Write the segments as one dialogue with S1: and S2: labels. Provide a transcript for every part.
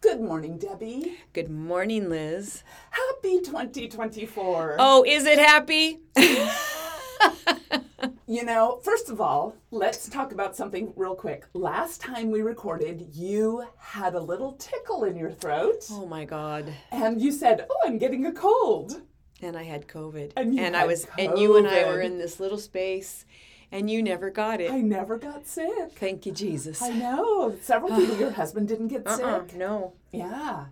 S1: Good morning, Debbie.
S2: Good morning, Liz.
S1: Happy 2024.
S2: Oh, is it happy?
S1: You know, first of all, let's talk about something real quick. Last time we recorded, you had a little tickle in your throat,
S2: Oh my God.
S1: and you said, Oh, I'm getting a cold.
S2: And I had COVID.
S1: And you
S2: I
S1: had
S2: was and you and I were
S1: COVID.
S2: in this little space and you never got it.
S1: I never got sick.
S2: Thank you, Jesus.
S1: I know. Several people, your husband didn't get
S2: Uh-uh,
S1: sick.
S2: no.
S1: Yeah.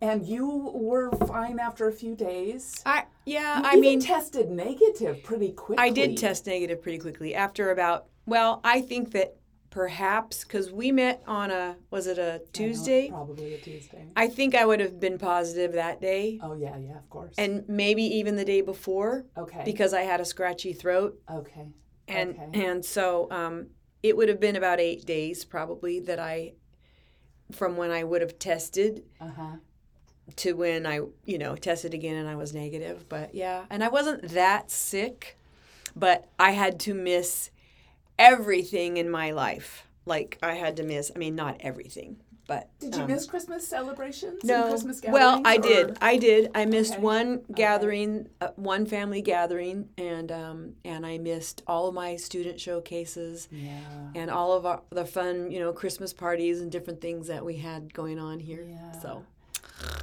S1: And you were fine after a few days.
S2: I yeah,
S1: You
S2: I
S1: even
S2: mean
S1: tested negative pretty quickly.
S2: I did test negative pretty quickly after about well, I think that perhaps cuz we met on a was it a Tuesday?
S1: Probably a Tuesday.
S2: I think I would have been positive that day
S1: Oh, yeah, yeah, of course.
S2: and maybe even the day before
S1: okay.
S2: because I had a scratchy throat
S1: okay.
S2: and
S1: Okay.
S2: and so um, it would have been about eight days probably that I from when I would have tested
S1: Uh huh.
S2: to when I you know tested again and I was negative. But yeah, and I wasn't that sick, but I had to miss everything in my life. Like I had to miss. I mean, not everything, but
S1: Did you
S2: um,
S1: miss Christmas celebrations? and
S2: no.
S1: Christmas
S2: well, I
S1: gatherings, or-
S2: did. I did. I missed
S1: Okay.
S2: one gathering, uh, one family gathering, and um, and I missed all of my student showcases
S1: Yeah.
S2: and all of our, the fun, you know, Christmas parties and different things that we had going on here.
S1: Yeah.
S2: So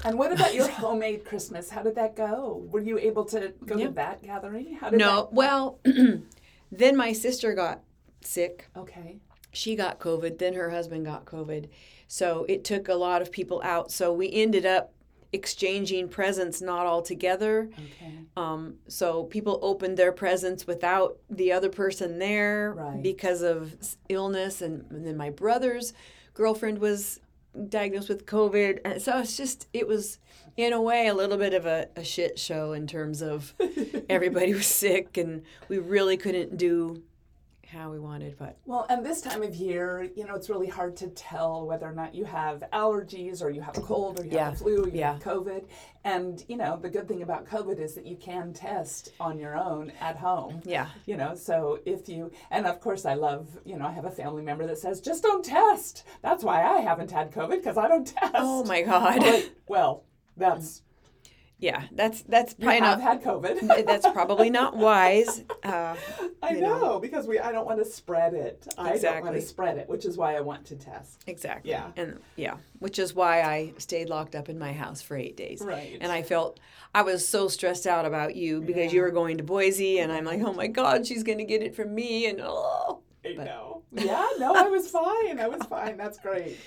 S1: And what about your homemade Christmas? How did that go? Were you able to go
S2: Yeah.
S1: to that gathering? How did
S2: no. Well, then my sister got sick.
S1: That... Okay.
S2: She got COVID. Then her husband got COVID. So it took a lot of people out. So we ended up exchanging presents not all together.
S1: Okay.
S2: Um, so people opened their presents without the other person there
S1: Right.
S2: because of s- illness, and, and then my brother's girlfriend was diagnosed with COVID, and so it's just it was in a way a little bit of a, a shit show in terms of everybody was sick, and we really couldn't do how we wanted, but
S1: Well, and this time of year, you know, it's really hard to tell whether or not you have allergies or you have a cold or you
S2: Yeah.
S1: have a flu or you
S2: Yeah.
S1: have COVID. And, you know, the good thing about COVID is that you can test on your own at home.
S2: yeah,
S1: You know, so if you, and of course, I love, you know, I have a family member that says, just don't test. That's why I haven't had COVID because I don't test.
S2: oh my god,
S1: But, well, that's,
S2: yeah, that's that's
S1: I
S2: probably
S1: have
S2: not
S1: had COVID.
S2: that's probably not wise. Uh,
S1: I
S2: you know.
S1: know, because we I don't want to spread it. I don't want
S2: Exactly.
S1: to spread it, which is why I want to test.
S2: Exactly.
S1: Yeah.
S2: And yeah, which is why I stayed locked up in my house for eight days.
S1: Right.
S2: And I felt I was so stressed out about you because you were going to Boise, and I'm like, oh my God, she's gonna get it from me, and oh.
S1: I
S2: But-
S1: know. Yeah, no, I was fine. I was fine. That's great.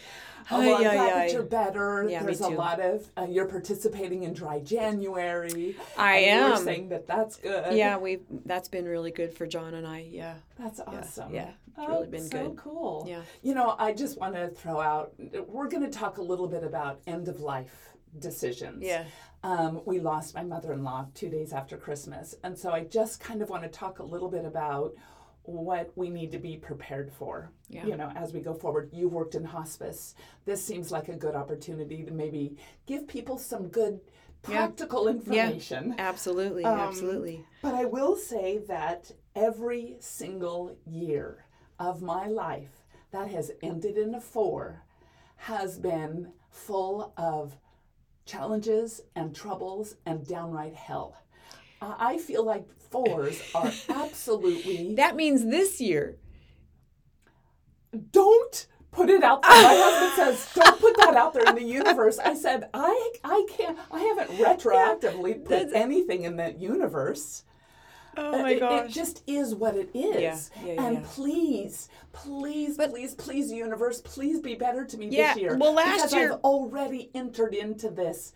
S1: Oh, well, I'm
S2: Ay, ay,
S1: glad
S2: ay.
S1: that you're better.
S2: Yeah, me
S1: There's a
S2: too.
S1: lot of uh, you're participating in Dry January.
S2: I
S1: and You were
S2: am.
S1: saying that that's good.
S2: Yeah, we that's been really good for John and I. Yeah.
S1: That's awesome.
S2: yeah. It's
S1: Oh,
S2: really been
S1: so
S2: good.
S1: cool.
S2: Yeah.
S1: You know, I just want to throw out, we're going to talk a little bit about end of life decisions.
S2: Yeah.
S1: Um, we lost my mother in law two days after Christmas. And so I just kind of want to talk a little bit about what we need to be prepared for,
S2: Yeah.
S1: you know, as we go forward. You've worked in hospice. This seems like a good opportunity to maybe give people some good practical information.
S2: Absolutely. absolutely.
S1: But I will say that every single year of my life that has ended in a four has been full of challenges and troubles and downright hell. I I feel like fours are absolutely.
S2: That means this year.
S1: Don't put it out there. My husband says, don't put that out there in the universe. I said, I, I can't, I haven't retroactively put anything in that universe.
S2: Oh
S1: Uh, it, it just is what it is.
S2: Yeah, yeah,
S1: and
S2: yeah.
S1: please, please, please, please, universe, please be better to me
S2: Yeah,
S1: this year.
S2: well, last
S1: because
S2: year-
S1: I've already entered into this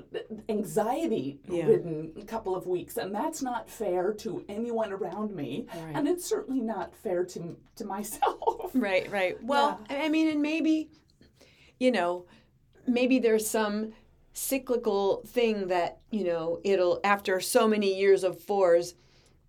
S1: uh, anxiety
S2: Yeah.
S1: ridden couple of weeks and that's not fair to anyone around me
S2: Right.
S1: and it's certainly not fair to to myself
S2: Right, right. Well, I I mean, and maybe, you know, maybe there's some cyclical thing that, you know, it'll, after so many years of fours,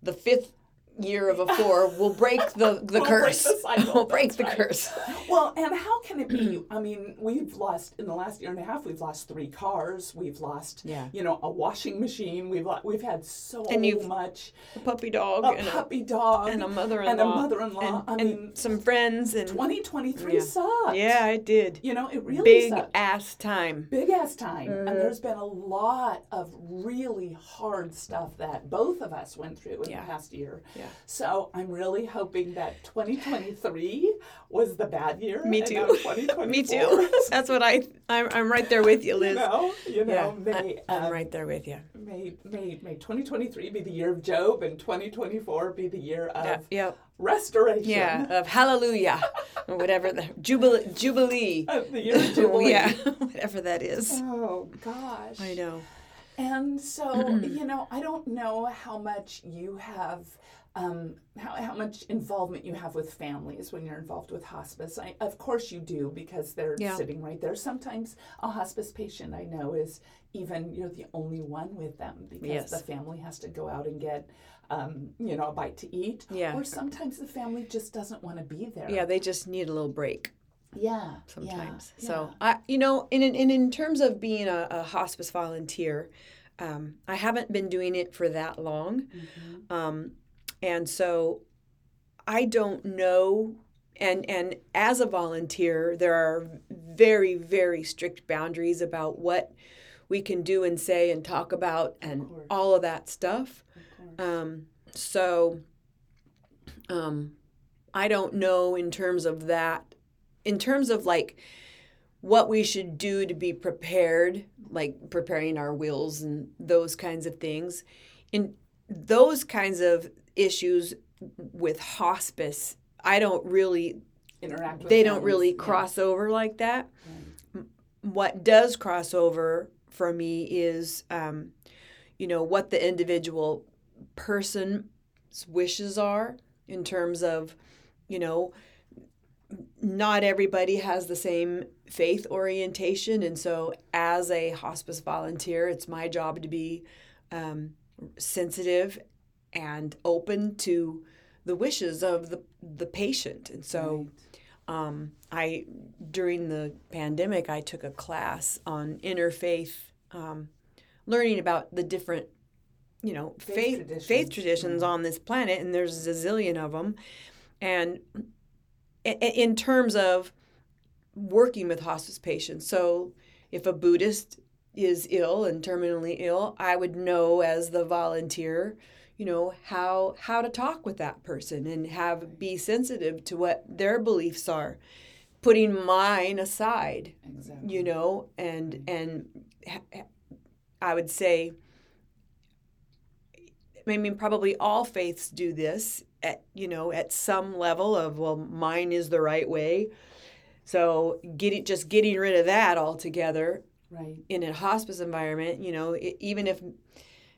S2: the fifth year of a four will break the, the
S1: break
S2: curse.
S1: the cycle,
S2: will break
S1: that's
S2: the
S1: right.
S2: curse.
S1: well and how can it be i mean we've lost in the last year and a half we've lost three cars we've lost
S2: Yeah.
S1: you know a washing machine we've lo- we've had so
S2: And you've-
S1: much
S2: A puppy dog
S1: a
S2: and,
S1: puppy dog
S2: a, and a mother-in-law.
S1: and a mother-in-law
S2: and-
S1: i
S2: and
S1: mean
S2: some friends. and
S1: 2023
S2: Yeah.
S1: sucked
S2: Yeah, it did.
S1: you know it really
S2: Big Uh-huh.
S1: sucked
S2: ass time.
S1: big ass time. And there's been a lot of really hard stuff that both of us went through in
S2: Yeah.
S1: the past year.
S2: Yeah.
S1: So I'm really hoping that 2023 was the bad year.
S2: Me
S1: and
S2: too.
S1: now 2024.
S2: Me too. That's what I, I'm, I'm right there with you,
S1: You
S2: Liz.
S1: know, you know,
S2: Yeah,
S1: may,
S2: I'm
S1: um,
S2: right there with you.
S1: may, may, may 2023 be the year of Job and 2024 be the year of
S2: Yeah, yep.
S1: restoration.
S2: Yeah, of hallelujah or whatever the jubilee jubilee.
S1: Of the year of Jubilee.
S2: Yeah, whatever that is.
S1: Oh, gosh.
S2: I know.
S1: And so, you know, I don't know how much you have, um, how, how much involvement you have with families when you're involved with hospice. I, of course, you do because they're
S2: Yeah.
S1: sitting right there. Sometimes a hospice patient I know is even you're the only one with them because
S2: Yes.
S1: the family has to go out and get, um, you know, a bite to eat.
S2: Yeah.
S1: Or sometimes the family just doesn't want to be there.
S2: Yeah, they just need a little break
S1: Yeah.
S2: sometimes.
S1: Yeah.
S2: So I, you know, and in, and in terms of being a, a hospice volunteer, um, I haven't been doing it for that long,
S1: Mhm.
S2: um, and so I don't know. And and as a volunteer, there are very very strict boundaries about what we can do and say and talk about and
S1: course.
S2: all of that stuff.
S1: Of course.
S2: Um, so um, I don't know in terms of that, in terms of like what we should do to be prepared, like preparing our wills and those kinds of things. In those kinds of issues with hospice, I don't really,
S1: Interact with
S2: they don't
S1: families.
S2: really
S1: Yeah.
S2: cross over like that
S1: Right.
S2: what does cross over for me is um, you know what the individual person's wishes are in terms of you know not everybody has the same faith orientation and so as a hospice volunteer it's my job to be um, sensitive and open to the wishes of the the patient and so
S1: Right.
S2: um, I during the pandemic I took a class on interfaith, um, learning about the different, you know, faith faith traditions, Mm-hmm.
S1: traditions, yeah.
S2: on this planet, and there's a zillion of them, and i- i- in terms of working with hospice patients, so if a Buddhist is ill and terminally ill, I would know as the volunteer, you know, how how to talk with that person and have be sensitive to what their beliefs are, putting mine aside,
S1: Exactly.
S2: you know, and and ha- ha- I would say I mean probably all faiths do this at you know at some level of well mine is the right way. So getting just getting rid of that altogether
S1: Right.
S2: in a hospice environment, you know, e- even if,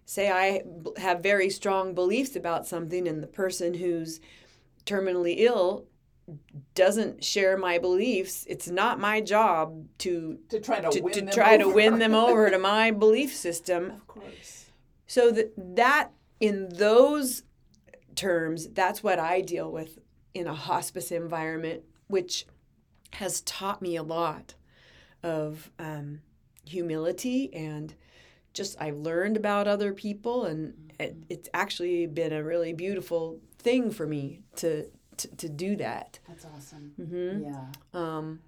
S2: say, I b- have very strong beliefs about something and the person who's terminally ill doesn't share my beliefs, it's not my job to.
S1: to try to,
S2: To,
S1: win
S2: to
S1: them
S2: try to
S1: over.
S2: win them over to my belief system.
S1: of course
S2: So that, that, in those terms, that's what I deal with in a hospice environment, which has taught me a lot of um, humility and just I've learned about other people, and it, it's actually been a really beautiful thing for me to to, to do that.
S1: that's awesome
S2: Mm-hmm.
S1: yeah
S2: Um,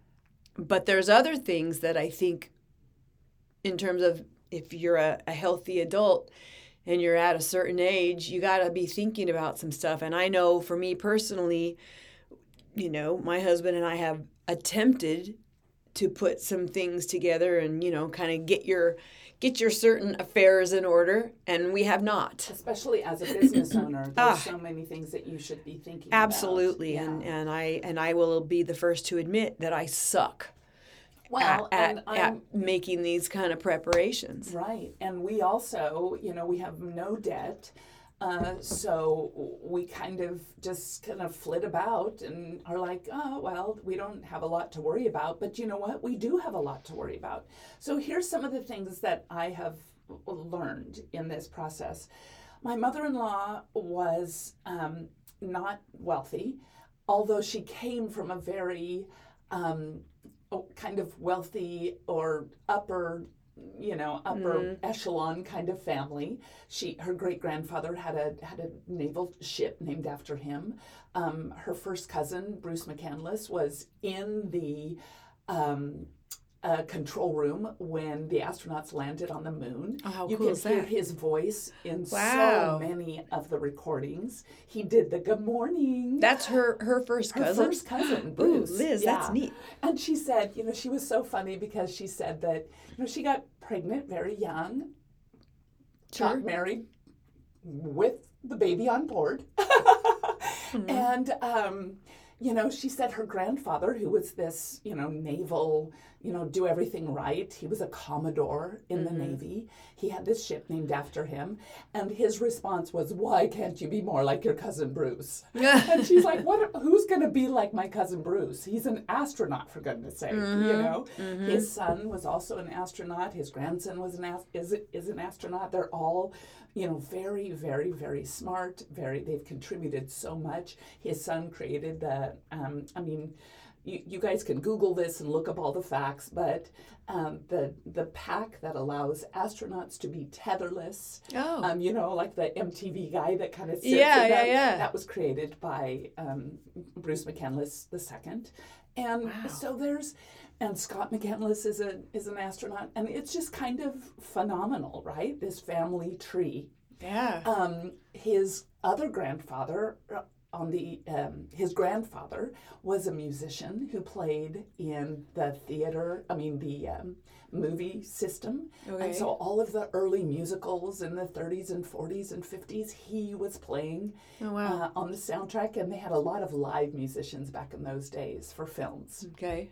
S2: but there's other things that I think, in terms of if you're a, a healthy adult and you're at a certain age, you got to be thinking about some stuff. And I know for me personally, you know, my husband and I have attempted to put some things together and you know kind of get your get your certain affairs in order and we have not
S1: especially as a business owner there's
S2: Ah.
S1: so many things that you should be thinking about.
S2: absolutely
S1: Yeah.
S2: and and i and i will be the first to admit that i suck
S1: Well,
S2: at,
S1: and
S2: at, at
S1: I'm-
S2: making these kind of preparations.
S1: Right. And we also, you know, we have no debt. Uh, so we kind of just kind of flit about and are like, oh, well, we don't have a lot to worry about. But you know what? We do have a lot to worry about. So here's some of the things that I have learned in this process. My mother in law was um, not wealthy, although she came from a very um, oh, kind of wealthy or upper you know upper
S2: Mm-hmm.
S1: echelon kind of family she her great grandfather had a had a naval ship named after him um, her first cousin bruce mccandless was in the um, uh, control room when the astronauts landed on the moon
S2: Oh, how
S1: you
S2: cool
S1: can
S2: is
S1: hear
S2: that?
S1: his voice in
S2: Wow.
S1: so many of the recordings he did the good morning
S2: That's her her first
S1: her
S2: cousin.
S1: first cousin,
S2: Ooh,
S1: Bruce.
S2: Liz, that's
S1: yeah.
S2: neat.
S1: And she said, you know, she was so funny because she said that, you know, she got pregnant very young,
S2: Sure.
S1: got married with the baby on board. And, um, you know, she said her grandfather, who was this, you know, naval, you know, do everything right, he was a Commodore in the Navy. He had this ship named after him. And his response was, why can't you be more like your cousin Bruce? and she's like, "What? Who's going to be like my cousin Bruce? He's an astronaut, for goodness' sake. You know, his son was also an astronaut. His grandson was an ast- is is an astronaut. They're all, you know, very, very, very smart. Very, they've contributed so much. His son created the. Um, I mean. You, you guys can Google this and look up all the facts, but um, the the pack that allows astronauts to be tetherless,
S2: Oh.
S1: um, you know, like the MTV guy that kind of sits
S2: Yeah,
S1: in
S2: yeah,
S1: that-
S2: yeah.
S1: that was created by um, Bruce McCandless II, and so there's, and Scott McCandless is a is an astronaut, and it's just kind of phenomenal, right? This family tree.
S2: yeah.
S1: Um, his other grandfather, uh, on the um, his grandfather was a musician who played in the theater. I mean the um, movie system,
S2: Okay.
S1: and so all of the early musicals in the 30s and 40s and 50s, he was playing
S2: Oh, wow.
S1: uh, on the soundtrack, and they had a lot of live musicians back in those days for films.
S2: okay.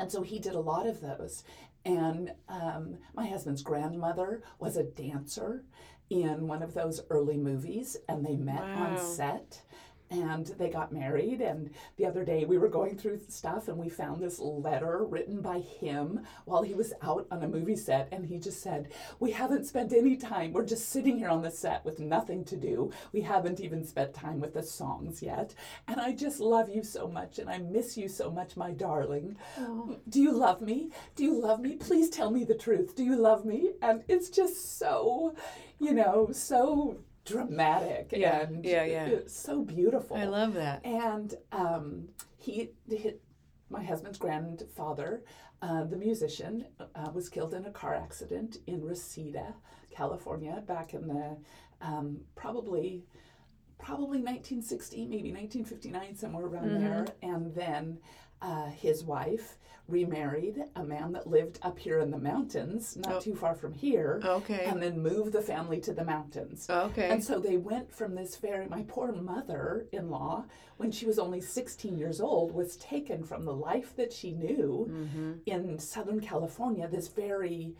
S1: And so he did a lot of those. And um, my husband's grandmother was a dancer in one of those early movies, and they met
S2: Wow.
S1: on set. And they got married. And the other day we were going through stuff and we found this letter written by him while he was out on a movie set. And he just said, We haven't spent any time. We're just sitting here on the set with nothing to do. We haven't even spent time with the songs yet. And I just love you so much. And I miss you so much, my darling.
S2: Oh.
S1: Do you love me? Do you love me? Please tell me the truth. Do you love me? And it's just so, you know, so dramatic
S2: Yeah,
S1: and
S2: yeah, yeah.
S1: it's so beautiful.
S2: I love that.
S1: and um, he, he, my husband's grandfather, uh, the musician, uh, was killed in a car accident in Reseda, California, back in the um, probably probably 1960, maybe 1959, somewhere around there. And then uh, his wife remarried a man that lived up here in the mountains, not too far from here.
S2: Okay. Oh.
S1: And then moved the family to the mountains.
S2: Okay.
S1: And so they went from this very, my poor mother in law, when she was only 16 years old, was taken from the life that she knew
S2: Mm-hmm.
S1: in Southern California, this very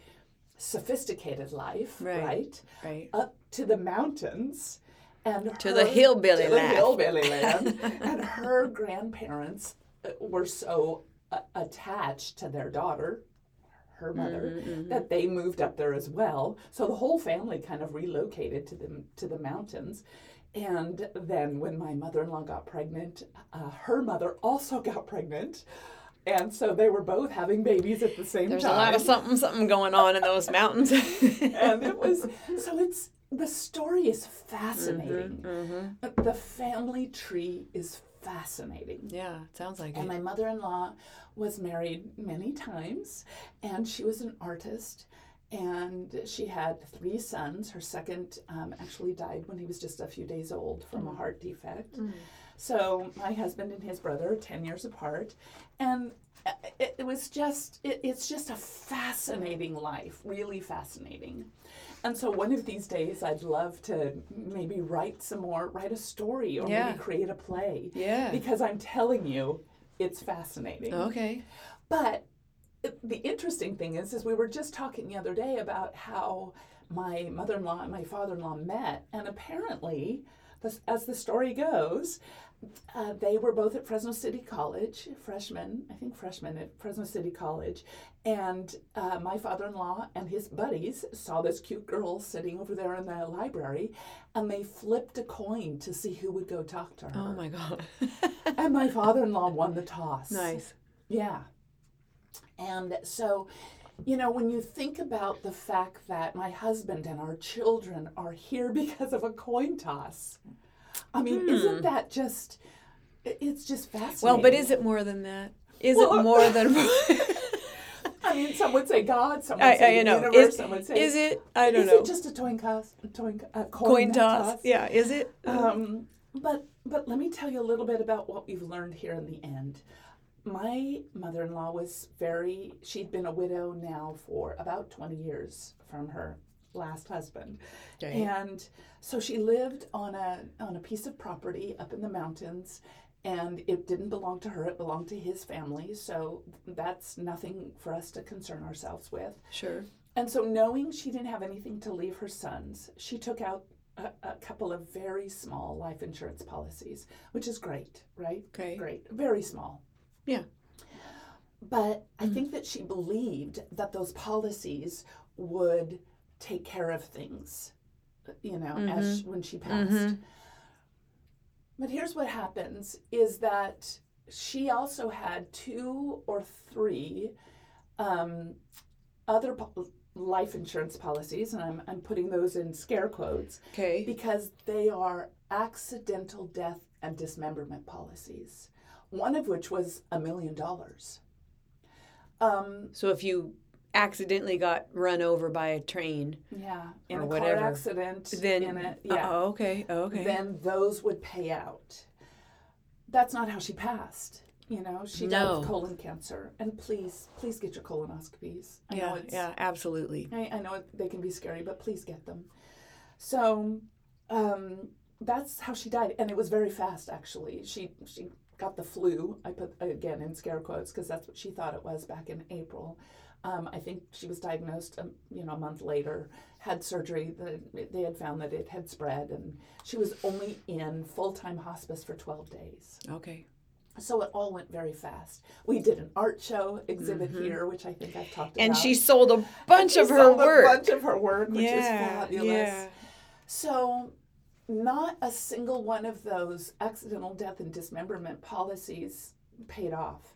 S1: sophisticated life,
S2: Right.
S1: right?
S2: right.
S1: up to the mountains and
S2: To the
S1: her-
S2: hillbilly
S1: to the
S2: life.
S1: hillbilly land. and her grandparents uh, were so uh, attached to their daughter her mother
S2: Mm-hmm,
S1: that they moved up there as well so the whole family kind of relocated to the to the mountains and then when my mother-in-law got pregnant uh, her mother also got pregnant and so they were both having babies at the same
S2: There's
S1: time
S2: a lot of something something going on in those mountains.
S1: and it was so it's the story is fascinating Uh, the family tree is fascinating
S2: yeah, it sounds like
S1: and
S2: it.
S1: my mother-in-law was married many times and she was an artist and she had three sons her second um, actually died when he was just a few days old from
S2: Mm.
S1: a heart defect so my husband and his brother are 10 years apart and uh, it, it was just it, it's just a fascinating life really fascinating and so one of these days i'd love to maybe write some more write a story or
S2: Yeah.
S1: maybe create a play
S2: Yeah. Oh.
S1: because i'm telling you it's fascinating
S2: Okay.
S1: but the interesting thing is is we were just talking the other day about how my mother-in-law and my father-in-law met and apparently this, as the story goes uh, they were both at fresno city college freshmen i think freshmen at fresno city college and uh, my father-in-law and his buddies saw this cute girl sitting over there in the library and they flipped a coin to see who would go talk to her
S2: Oh my God.
S1: and my father-in-law won the toss
S2: nice.
S1: yeah. And so, you know, when you think about the fact that my husband and our children are here because of a coin toss, I mean, isn't that just, i- it's just fascinating.
S2: Hmm. Well, but is it more than that? Is
S1: Well,
S2: it more than?
S1: I mean, some would say God, some would
S2: I, I
S1: say
S2: you
S1: the
S2: know.
S1: universe,
S2: is,
S1: some would say.
S2: is it? I don't
S1: is
S2: know.
S1: it just a toin toss? A toin, a coin,
S2: coin toss? Yeah. Is it?
S1: Um, but but let me tell you a little bit about what we've learned here in the end. My mother-in-law was very she'd been a widow now for about 20 years from her last husband.
S2: Okay.
S1: And so she lived on a on a piece of property up in the mountains and it didn't belong to her, it belonged to his family. So that's nothing for us to concern ourselves with.
S2: sure.
S1: And so, knowing she didn't have anything to leave her sons, she took out a, a couple of very small life insurance policies, which is great, right?
S2: Okay.
S1: Great. Very small.
S2: Yeah.
S1: But I think that she believed that those policies would take care of things, you know, as when she passed. But here's what happens is that she also had two or three um, other po- life insurance policies, and I'm, I'm putting those in scare quotes
S2: Okay.
S1: because they are accidental death and dismemberment policies, one of which was a million dollars. Um,
S2: So if you accidentally got run over by a train,
S1: yeah, in
S2: Or
S1: a
S2: whatever.
S1: car accident,
S2: then
S1: in a, yeah,
S2: Oh, okay. Oh, okay.
S1: then those would pay out. That's not how she passed. You know, she died of
S2: No.
S1: colon cancer. And please, please get your colonoscopies. I know
S2: yeah.
S1: it's
S2: Yeah. Absolutely.
S1: I, I know it- they can be scary, but please get them. So um, that's how she died, and it was very fast. Actually, she she got the flu. I put again in scare quotes because that's what she thought it was back in April. Um, I think she was diagnosed, um, you know, a month later. Had surgery. The, they had found that it had spread, and she was only in full time hospice for twelve days.
S2: Okay.
S1: So it all went very fast. We did an art show exhibit here, which I think I've talked
S2: Mm-hmm. And
S1: about.
S2: she sold a bunch
S1: She
S2: of her
S1: sold
S2: work.
S1: A bunch of her work, which
S2: yeah.
S1: is fabulous.
S2: yeah.
S1: So, not a single one of those accidental death and dismemberment policies paid off.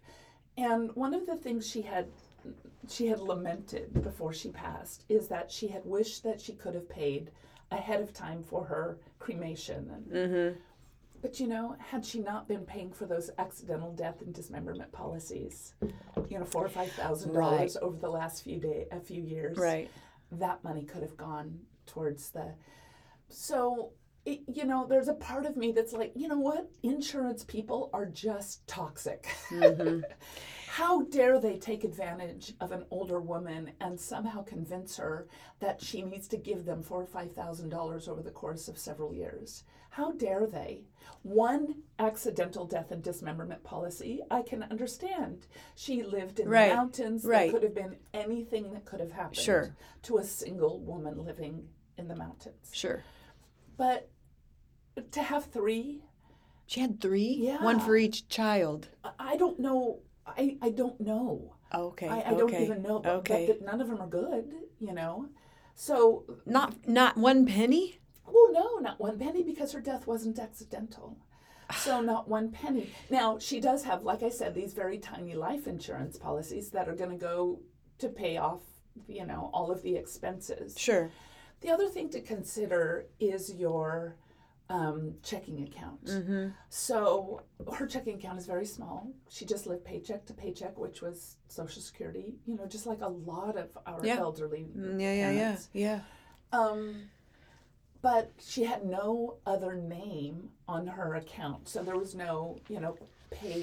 S1: And one of the things she had she had lamented before she passed is that she had wished that she could have paid ahead of time for her cremation. And,
S2: Mm-hmm.
S1: But you know, had she not been paying for those accidental death and dismemberment policies, you know, four or five thousand dollars over the last few day a few years,
S2: Right.
S1: that money could have gone towards the so it, you know there's a part of me that's like you know what insurance people are just toxic
S2: Mm-hmm.
S1: how dare they take advantage of an older woman and somehow convince her that she needs to give them four or five thousand dollars over the course of several years how dare they one accidental death and dismemberment policy i can understand she lived in
S2: Right,
S1: the mountains
S2: right.
S1: there could have been anything that could have happened
S2: Sure.
S1: to a single woman living in the mountains.
S2: Sure.
S1: But to have three,
S2: She had three.
S1: Yeah.
S2: One for each child.
S1: I- I don't know. I, I don't know.
S2: Okay.
S1: I, I
S2: okay.
S1: don't even know. But,
S2: Okay.
S1: but none of them are good, you know? So,
S2: not not one penny.
S1: well, no, not one penny because her death wasn't accidental. So, not one penny. Now, she does have, like I said, these very tiny life insurance policies that are going to go to pay off, you know, all of the expenses.
S2: Sure.
S1: The other thing to consider is your um, checking account.
S2: Mm-hmm.
S1: So her checking account is very small. She just lived paycheck to paycheck, which was Social Security, you know, just like a lot of our
S2: Yeah.
S1: elderly.
S2: Mm, Yeah. Yeah. Yeah.
S1: parents.
S2: Yeah.
S1: Um, but she had no other name on her account, so there was no, you know, pay.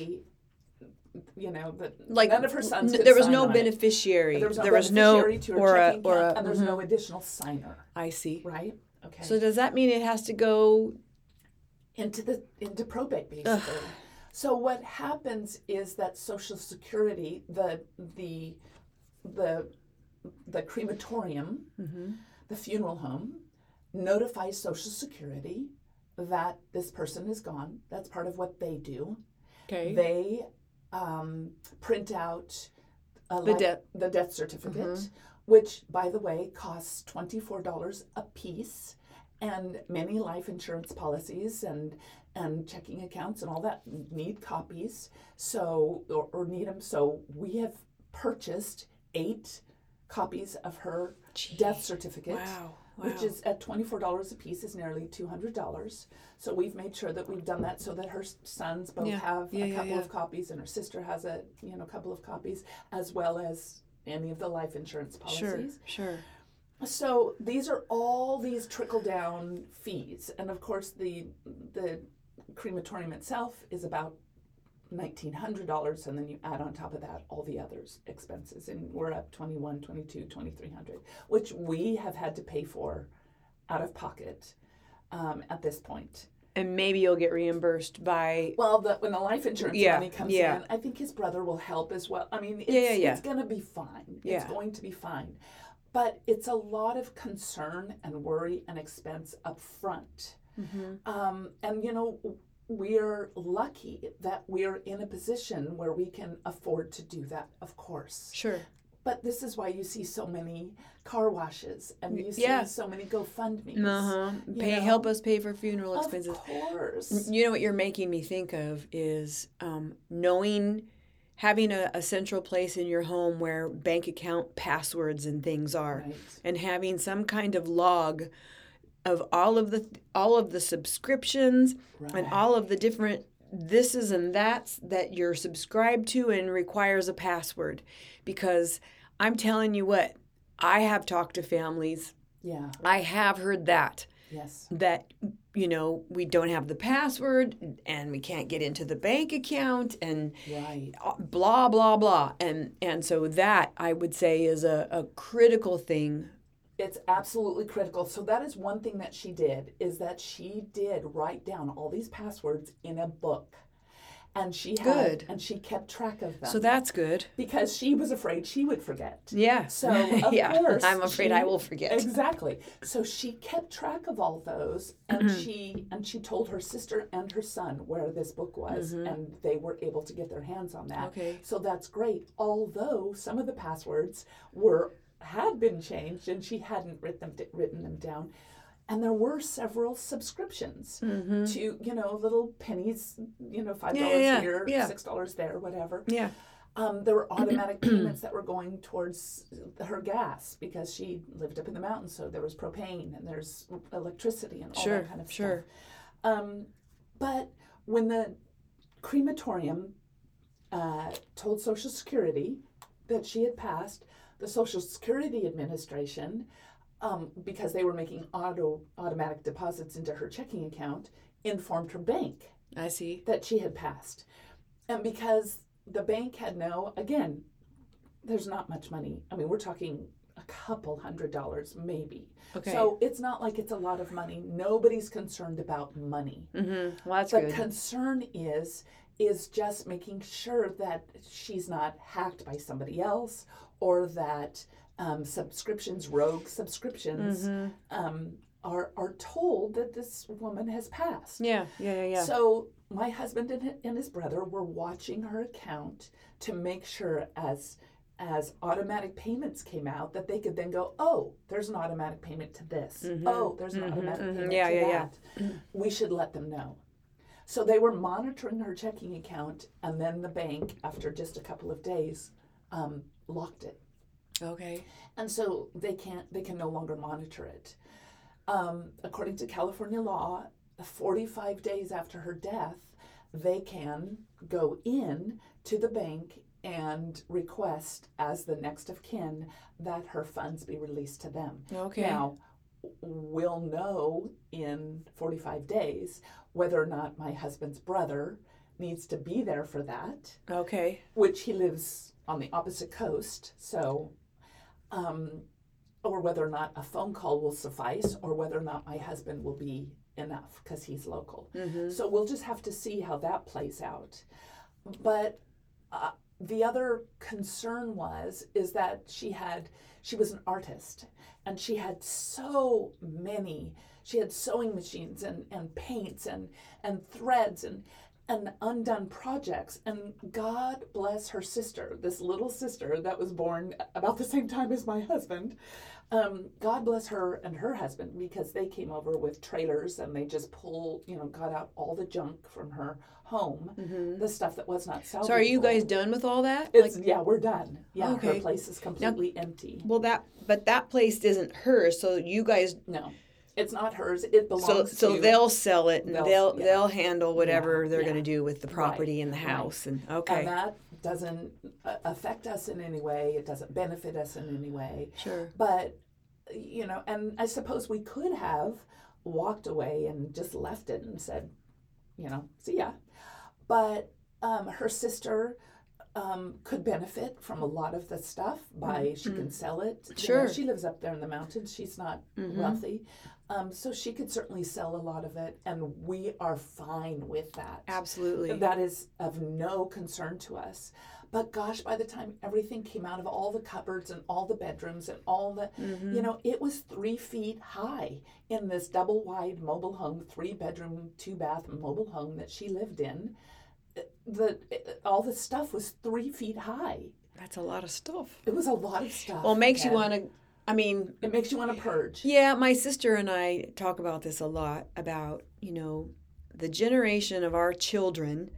S1: You know, the,
S2: Like
S1: none of her sons.
S2: n-
S1: could
S2: there was
S1: sign
S2: no
S1: on it.
S2: beneficiary.
S1: There was no
S2: no
S1: beneficiary to her
S2: or a
S1: checking
S2: or
S1: account,
S2: a. mm-hmm.
S1: and there's no additional signer,
S2: I see.
S1: right? Okay.
S2: So does that mean it has to go?
S1: into the into probate basically. So what happens is that Social Security, the the the the crematorium, the funeral home, notifies Social Security that this person is gone. That's part of what they do.
S2: Okay.
S1: They um, print out a
S2: The
S1: li-
S2: death- Mm-hmm.
S1: the death certificate, which, by the way, costs twenty four dollars a piece, and many life insurance policies and and checking accounts and all that need copies. So or, or need them. So we have purchased eight copies of her death certificate
S2: wow.
S1: which is at $24 a piece is nearly $200 so we've made sure that we've done that so that her s- sons both
S2: Yeah.
S1: have
S2: Yeah,
S1: a
S2: yeah,
S1: couple
S2: yeah.
S1: of copies and her sister has a you know couple of copies as well as any of the life insurance
S2: sure.
S1: policies
S2: Sure.
S1: so these are all these trickle down fees and of course the the crematorium itself is about $1900 and then you add on top of that all the others expenses and we're up 21 22 2300 which we have had to pay for out of pocket um, at this point
S2: And maybe you'll get reimbursed by
S1: well the, when the life insurance
S2: Yeah,
S1: money comes
S2: yeah.
S1: in i think his brother will help as well i mean it's,
S2: yeah, yeah.
S1: it's going to be fine
S2: Yeah.
S1: it's going to be fine but it's a lot of concern and worry and expense up front
S2: Mm-hmm.
S1: um, and you know we're lucky that we're in a position where we can afford to do that of course
S2: sure.
S1: but this is why you see so many car washes and you see
S2: yeah.
S1: so many gofundme's
S2: Uh-huh.
S1: you
S2: Pay
S1: know.
S2: help us pay for funeral
S1: of
S2: expenses.
S1: course
S2: You know what you're making me think of is um, knowing, having a, a central place in your home where bank account passwords and things are,
S1: Right.
S2: and having some kind of log of all of the all of the subscriptions and all of the different this is and that's that you're subscribed to and requires a password because I'm telling you what I have talked to families
S1: yeah
S2: I have heard that
S1: yes
S2: that you know we don't have the password and we can't get into the bank account and uh,
S1: right
S2: blah blah blah and and so that i would say is a, a critical thing
S1: It's absolutely critical. So that is one thing that she did is that she did write down all these passwords in a book. And she had
S2: Good.
S1: and she kept track of them
S2: so that's good
S1: because she was afraid she would forget.
S2: yeah
S1: So of
S2: yeah
S1: course
S2: i'm afraid
S1: she-
S2: i will forget
S1: Exactly. So she kept track of all those and
S2: Mm-hmm.
S1: she and she told her sister and her son where this book was and they were able to get their hands on that.
S2: Mm-hmm. Okay.
S1: So that's great. Although some of the passwords were had been changed and she hadn't written them written them down. And there were several subscriptions to, you know, little pennies, you know, $5
S2: Mm-hmm. yeah,
S1: here,
S2: yeah.
S1: $6 there, whatever
S2: yeah
S1: um, there were automatic payments that were going towards her gas because she lived up in the mountains, so there was propane and there's electricity and all
S2: sure
S1: that kind of
S2: sure
S1: stuff. Um, but when the crematorium uh, told Social Security that she had passed, the Social Security Administration, um, because they were making auto automatic deposits into her checking account, informed her bank
S2: i see
S1: that she had passed. And because the bank had no, again, there's not much money. I mean, we're talking a couple hundred dollars, maybe.
S2: okay
S1: So it's not like it's a lot of money. Nobody's concerned about money.
S2: hmm well that's
S1: The
S2: good
S1: concern is is just making sure that she's not hacked by somebody else or that um, subscriptions, rogue subscriptions,
S2: Mm-hmm.
S1: um, are are told that this woman has passed.
S2: yeah yeah yeah yeah
S1: So my husband and, hi- and his brother were watching her account to make sure as as automatic payments came out that they could then go, oh, there's an automatic payment to this. Oh, there's an automatic payment
S2: Mm-hmm. Yeah,
S1: to
S2: yeah, yeah.
S1: that. We should let them know. So they were monitoring her checking account, and then the bank, after just a couple of days, um, locked it
S2: okay
S1: and so they can't they can no longer monitor it um, according to california law 45 days after her death they can go in to the bank and request as the next of kin that her funds be released to them
S2: okay
S1: now w- we'll know in 45 days whether or not my husband's brother needs to be there for that
S2: okay
S1: which he lives on the opposite coast, so, um, or whether or not a phone call will suffice, or whether or not my husband will be enough because he's local. So we'll just have to see how that plays out. But uh, the other concern was is that she had she was an artist and she had so many she had sewing machines and, and paints and and threads and and undone projects and god bless her sister this little sister that was born about the same time as my husband um, god bless her and her husband because they came over with trailers and they just pull you know got out all the junk from her home the stuff that was not salvageable
S2: Mm-hmm. So are you guys done with all that?
S1: it's yeah, we're done. Yeah,
S2: Okay.
S1: her place is completely empty.
S2: well, that but that place isn't hers. So you guys,
S1: No, it's not hers. It belongs
S2: so
S1: to.
S2: so they'll sell it and
S1: They'll-
S2: they'll they'll,
S1: yeah.
S2: handle whatever they're
S1: yeah.
S2: going to do with the property and the
S1: right.
S2: house and okay,
S1: and that doesn't uh, affect us in any way. It doesn't benefit us in any way.
S2: sure.
S1: But you know, and I suppose we could have walked away and just left it and said, you know, see ya. But um, her sister um, could benefit from a lot of the stuff by she can sell it. You know,
S2: Sure.
S1: she lives up there in the mountains. She's not wealthy, um, so she could certainly sell a lot of it, and we are fine with that.
S2: Absolutely.
S1: That is of no concern to us. But gosh, by the time everything came out of all the cupboards and all the bedrooms and all the,
S2: Mm-hmm.
S1: you know, it was three feet high in this double wide mobile home, three bedroom, two bath mobile home that she lived in. Uh, The, uh, all the stuff was three feet high.
S2: That's a lot of stuff.
S1: It was a lot of stuff.
S2: Well, it makes you
S1: and
S2: want to. I mean,
S1: It makes you want to purge.
S2: Yeah, my sister and I talk about this a lot about, you know, the generation of our children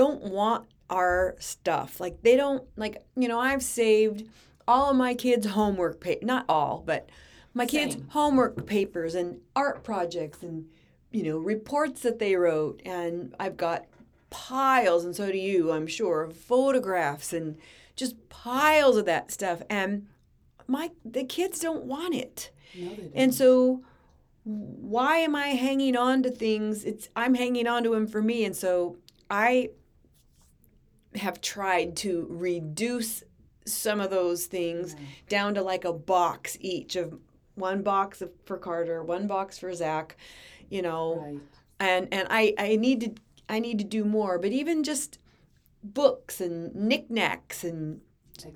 S2: don't want our stuff. Like they don't like, you know, I've saved all of my kids' homework pa- not all, but my kids'
S1: Same.
S2: homework papers and art projects and you know, reports that they wrote and I've got piles and so do you, I'm sure, of photographs and just piles of that stuff and my the kids don't want it.
S1: No, they don't.
S2: And so why am I hanging on to things? It's I'm hanging on to them for me. And so I have tried to reduce some of those things down to like a box each of one box of- for Carter, one box for Zach, you know
S1: right.
S2: and and I I need to I need to do more. But even just books and knickknacks and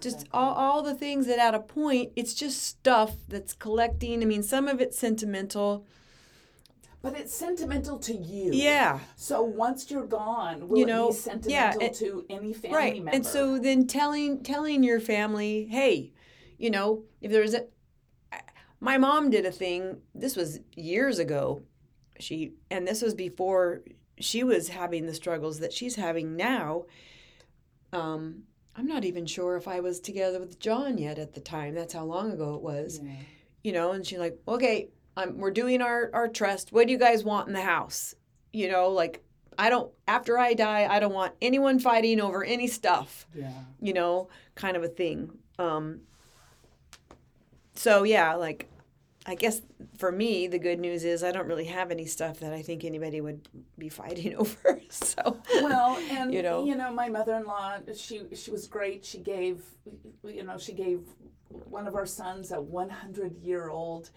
S2: just all, all the things that at a point it's just stuff that's collecting. I mean, some of it's sentimental.
S1: But it's sentimental to you.
S2: Yeah.
S1: So once you're gone, will
S2: You
S1: it
S2: know,
S1: be
S2: yeah,
S1: sentimental
S2: it-
S1: to any family
S2: right.
S1: member?
S2: And so then telling telling your family, hey, you know, if there's a my mom did a thing, this was years ago. She and this was before she was having the struggles that she's having now. Um, I'm not even sure if I was together with John yet at the time. That's how long ago it was.
S1: Yeah.
S2: You know, and she's like, "Okay, I'm, we're doing our our trust. What do you guys want in the house?" You know, like I don't after I die, I don't want anyone fighting over any stuff,
S1: Yeah.
S2: you know, kind of a thing. Um so yeah, like I guess for me the good news is I don't really have any stuff that I think anybody would be fighting over. So
S1: Well, and
S2: You
S1: you
S2: know.
S1: know, my mother-in-law, she she was great. She gave, you know, she gave one of our sons a 100-year-old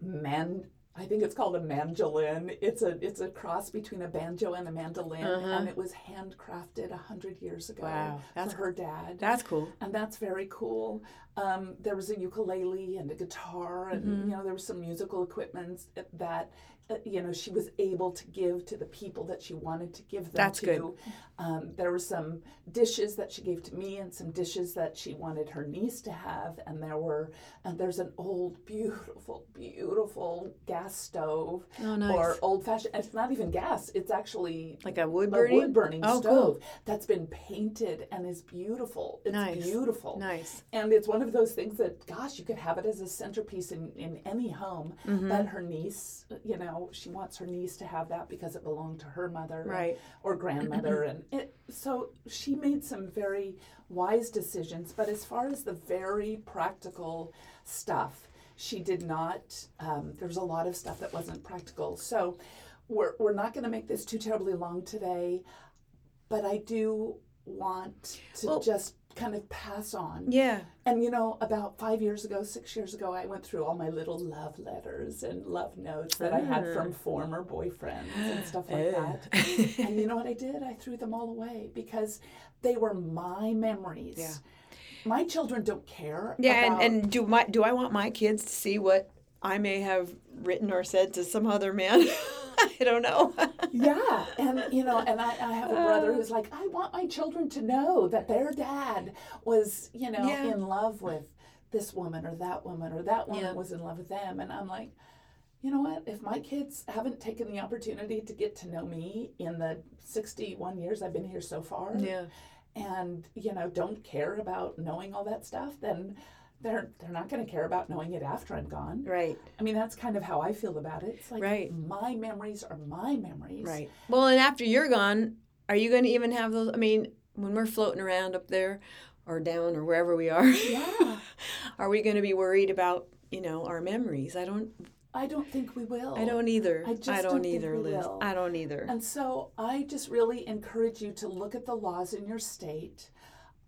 S1: man. I think it's called a mandolin. It's a it's a cross between a banjo and a mandolin, and it was handcrafted a hundred years ago
S2: Uh-huh. Wow, that's
S1: for her dad.
S2: that's cool.
S1: and that's very cool. Um, there was a ukulele and a guitar, and
S2: Mm-hmm.
S1: you know there was some musical equipment that uh, you know she was able to give to the people that she wanted to give them
S2: That's
S1: to.
S2: good.
S1: Um, there were some dishes that she gave to me, and some dishes that she wanted her niece to have, and there were and there's an old beautiful beautiful gas stove
S2: Oh nice.
S1: or old fashioned. It's not even gas. It's actually
S2: like a wood
S1: a
S2: burning.
S1: wood burning
S2: Oh,
S1: stove that's been painted and is beautiful. It's
S2: Nice.
S1: beautiful.
S2: cool. Nice.
S1: And it's one of those things that, gosh, you could have it as a centerpiece in, in any home.
S2: Mm-hmm.
S1: But her niece, you know, she wants her niece to have that because it belonged to her mother and-
S2: Right.
S1: or grandmother. and it, so she made some very wise decisions. But as far as the very practical stuff, she did not, um, there was a lot of stuff that wasn't practical. So we're, we're not going to make this too terribly long today. But I do want to
S2: Well,
S1: just kind of pass on.
S2: Yeah.
S1: And you know, about five years ago, six years ago, I went through all my little love letters and love notes that I
S2: Ah.
S1: had from former boyfriends and stuff
S2: Eh.
S1: like that. And you know what I did? I threw them all away because they were my memories.
S2: Yeah.
S1: My children don't care.
S2: Yeah,
S1: about,
S2: and, and do my do I want my kids to see what I may have written or said to some other man? I don't know.
S1: yeah, and you know, and I, I have a brother
S2: Uh.
S1: who's like, I want my children to know that their dad was, you know,
S2: Yeah.
S1: in love with this woman or that woman or that woman
S2: Yeah.
S1: was in love with them, and I'm like, you know what? If my kids haven't taken the opportunity to get to know me in the 61 years I've been here so far,
S2: yeah.
S1: and you know, don't care about knowing all that stuff, then they're they're not going to care about knowing it after I'm gone.
S2: Right.
S1: I mean, that's kind of how I feel about it. It's like
S2: Right.
S1: my memories are my memories.
S2: Right. Well, and after you're gone, are you going to even have those I mean, when we're floating around up there or down or wherever we are,
S1: Yeah.
S2: are we going to be worried about, you know, our memories? I don't
S1: I don't think we will.
S2: I don't either.
S1: I just
S2: Oh, I
S1: don't
S2: don't
S1: think
S2: either,
S1: we
S2: Liz.
S1: will.
S2: I don't either.
S1: And so I just really encourage you to look at the laws in your state,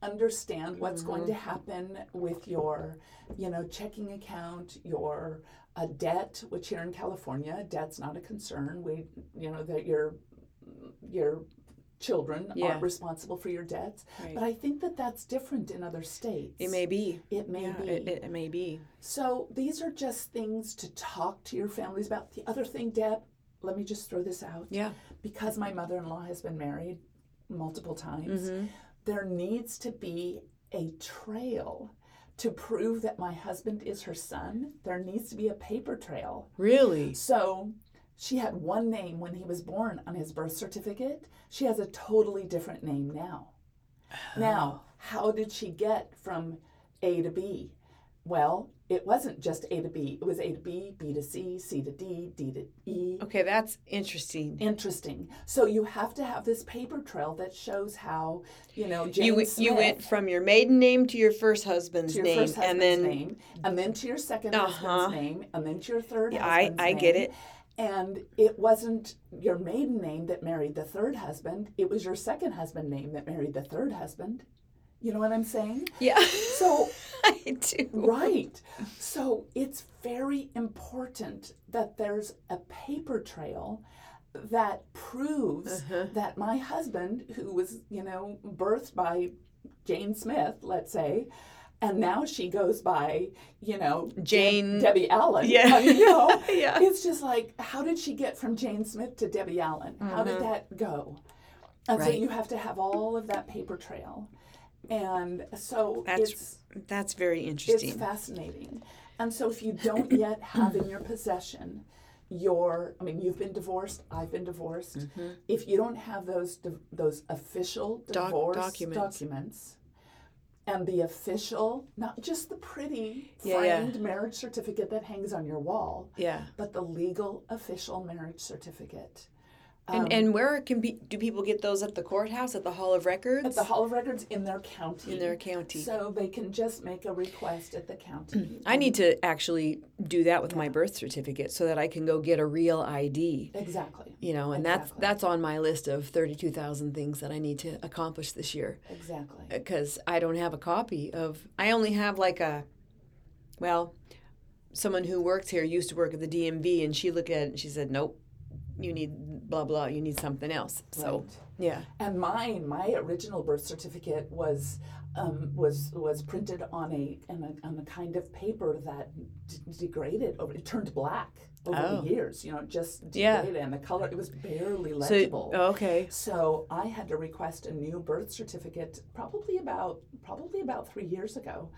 S1: understand what's going to
S2: Mm-hmm.
S1: happen with your, you know, checking account, your uh, debt, which here in California, debt's not a concern. We, you know, that your your children
S2: Yeah.
S1: aren't responsible for your debts.
S2: Right.
S1: But I think that that's different in other states.
S2: It may be.
S1: It may
S2: Yeah,
S1: be.
S2: It, it, it may be.
S1: So these are just things to talk to your families about. The other thing, Deb, let me just throw this out.
S2: Yeah.
S1: Because my mother in law has been married multiple times, there needs to be a trail to prove that my husband is her son. There needs to be a paper trail.
S2: Really?
S1: So she had one name when he was born on his birth certificate. She has a totally different name now. Now,
S2: Oh.
S1: how did she get from A to B? Well, it wasn't just A to B, it was A to B, B to C, C to D, D to E.
S2: Okay, that's interesting.
S1: Interesting. So you have to have this paper trail that shows how, you know, Jane
S2: you w-
S1: Smith
S2: you went from your maiden name to your first husband's
S1: to your
S2: name,
S1: first husband's
S2: and then
S1: name, and then to your 2nd
S2: Uh-huh.
S1: husband's name, and then to your third
S2: Yeah, I-
S1: husband's
S2: I
S1: name.
S2: get it.
S1: And it wasn't your maiden name that married the third husband, it was your second husband name that married the third husband. You know what I'm saying?
S2: yeah,
S1: So,
S2: I do.
S1: right. So, it's very important that there's a paper trail that proves
S2: Uh-huh.
S1: that my husband, who was, you know, birthed by Jane Smith, let's say, and now she goes by, you know, Deb-
S2: Jane-
S1: Debbie Allen.
S2: Yeah.
S1: I mean, you know,
S2: Yeah.
S1: it's just like, how did she get from Jane Smith to Debbie Allen? How did that go? And so
S2: Mm-hmm. Right.
S1: you have to have all of that paper trail. And so
S2: That's
S1: it's
S2: that's very
S1: it's
S2: interesting.
S1: fascinating. And so if you don't yet have in your possession your I mean you've been divorced, I've been divorced. If you don't have those div- those official
S2: Mm-hmm. Doc-
S1: divorce
S2: documents.
S1: documents and the official, not just the pretty
S2: Yeah, yeah.
S1: framed marriage certificate that hangs on your wall,
S2: Yeah,
S1: but the legal official marriage certificate. um,
S2: and and where can be do people get those at the courthouse at the Hall of Records
S1: At the Hall of Records in their county.
S2: in their county?
S1: So they can just make a request at the county.
S2: I need to actually do that with my birth certificate so that I can go get a real ID.
S1: exactly.
S2: You know, and
S1: Exactly.
S2: that's that's on my list of thirty-two thousand things that I need to accomplish this year.
S1: Exactly.
S2: because uh, I don't have a copy of. I only have like a, well, someone who works here used to work at the DMV, and she looked at it and she said, "Nope, you need blah blah, you need something else." So
S1: Right.
S2: yeah,
S1: And mine, my original birth certificate was um, was was printed on a, on a on a kind of paper that d- degraded over it turned black over
S2: Oh.
S1: the years. You know, it just
S2: Yeah.
S1: degraded and the color it was barely
S2: so oh.
S1: legible.
S2: okay,
S1: So I had to request a new birth certificate probably about probably about three years ago,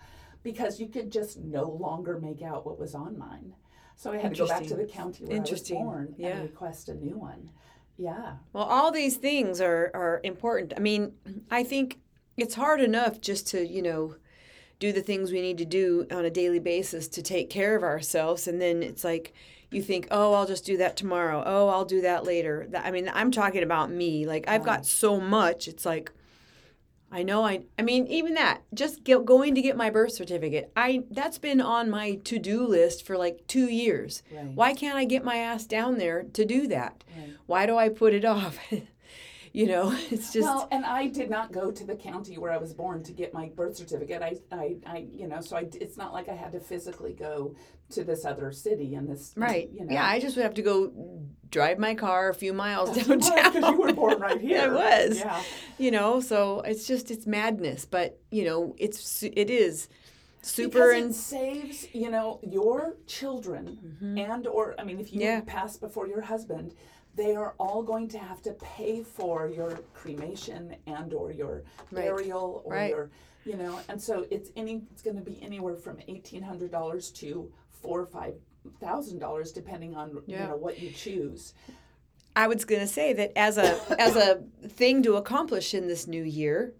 S1: because you could just no longer make out what was on mine. So I had to go back to the
S2: Interesting.
S1: county where I was
S2: Interesting.
S1: born
S2: Yeah.
S1: and request a new one. Yeah.
S2: well, all these things are are important. I mean, I think it's hard enough just to you know do the things we need to do on a daily basis to take care of ourselves and then it's like you think oh i'll just do that tomorrow oh i'll do that later That- i mean i'm talking about me like i've got so much it's like i know i i mean even that just get, going to get my birth certificate i that's been on my to-do list for like two years
S1: Right.
S2: why can't i get my ass down there to do that why do i put it off you know, it's just
S1: well, and I did not go to the county where I was born to get my birth certificate. I, I, I you know, so I, d- it's not like I had to physically go to this other city and this,
S2: right.
S1: you know.
S2: Yeah, I just would have to go drive my car a few miles downtown.
S1: Because you were born right here.
S2: I was.
S1: Yeah.
S2: you know so it's just it's madness but you know it's su- it is super
S1: Because it
S2: and
S1: saves, you know, your children and or I mean if you
S2: Mm-hmm. Yeah.
S1: pass before your husband, they are all going to have to pay for your cremation and or your
S2: Right.
S1: burial or
S2: Right.
S1: your you know, and so it's any it's gonna be anywhere from eighteen hundred dollars to four or five thousand dollars depending on you
S2: Yeah.
S1: know what you choose.
S2: i was going to say that as a as a thing to accomplish in this new year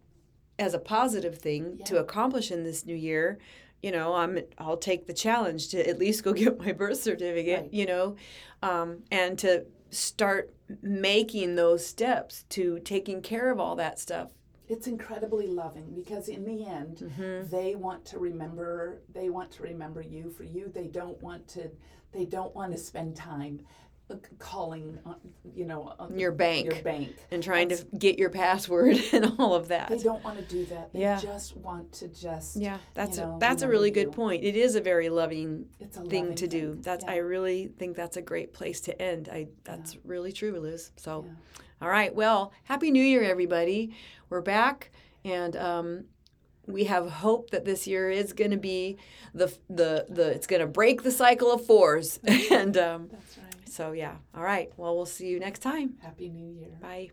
S2: as a positive thing to
S1: Yeah.
S2: accomplish in this new year you know i'm i'll take the challenge to at least go get my birth certificate
S1: Right.
S2: you know um, and to start making those steps to taking care of all that stuff
S1: it's incredibly loving because in the end
S2: Mm-hmm.
S1: they want to remember they want to remember you for you they don't want to they don't want to spend time uh, c- calling uh, you know uh,
S2: your bank
S1: your bank
S2: and trying to get your password and all of that
S1: they don't want to do that they
S2: Yeah.
S1: just want to just
S2: Yeah, that's
S1: know,
S2: a, that's a
S1: remember
S2: really
S1: you.
S2: good point. It is a very loving
S1: it's a
S2: thing
S1: loving
S2: to do.
S1: thing.
S2: That's
S1: Yeah.
S2: I really think that's a great place to end. I that's really true, Liz. So,
S1: Yeah.
S2: all right. Well, happy New Year, everybody. We're back, and um, we have hope that this year is going to be the f- the the it's going to break the cycle of fours. and um,
S1: that's right
S2: so yeah. All right. Well, we'll see you next time.
S1: happy new year
S2: Bye.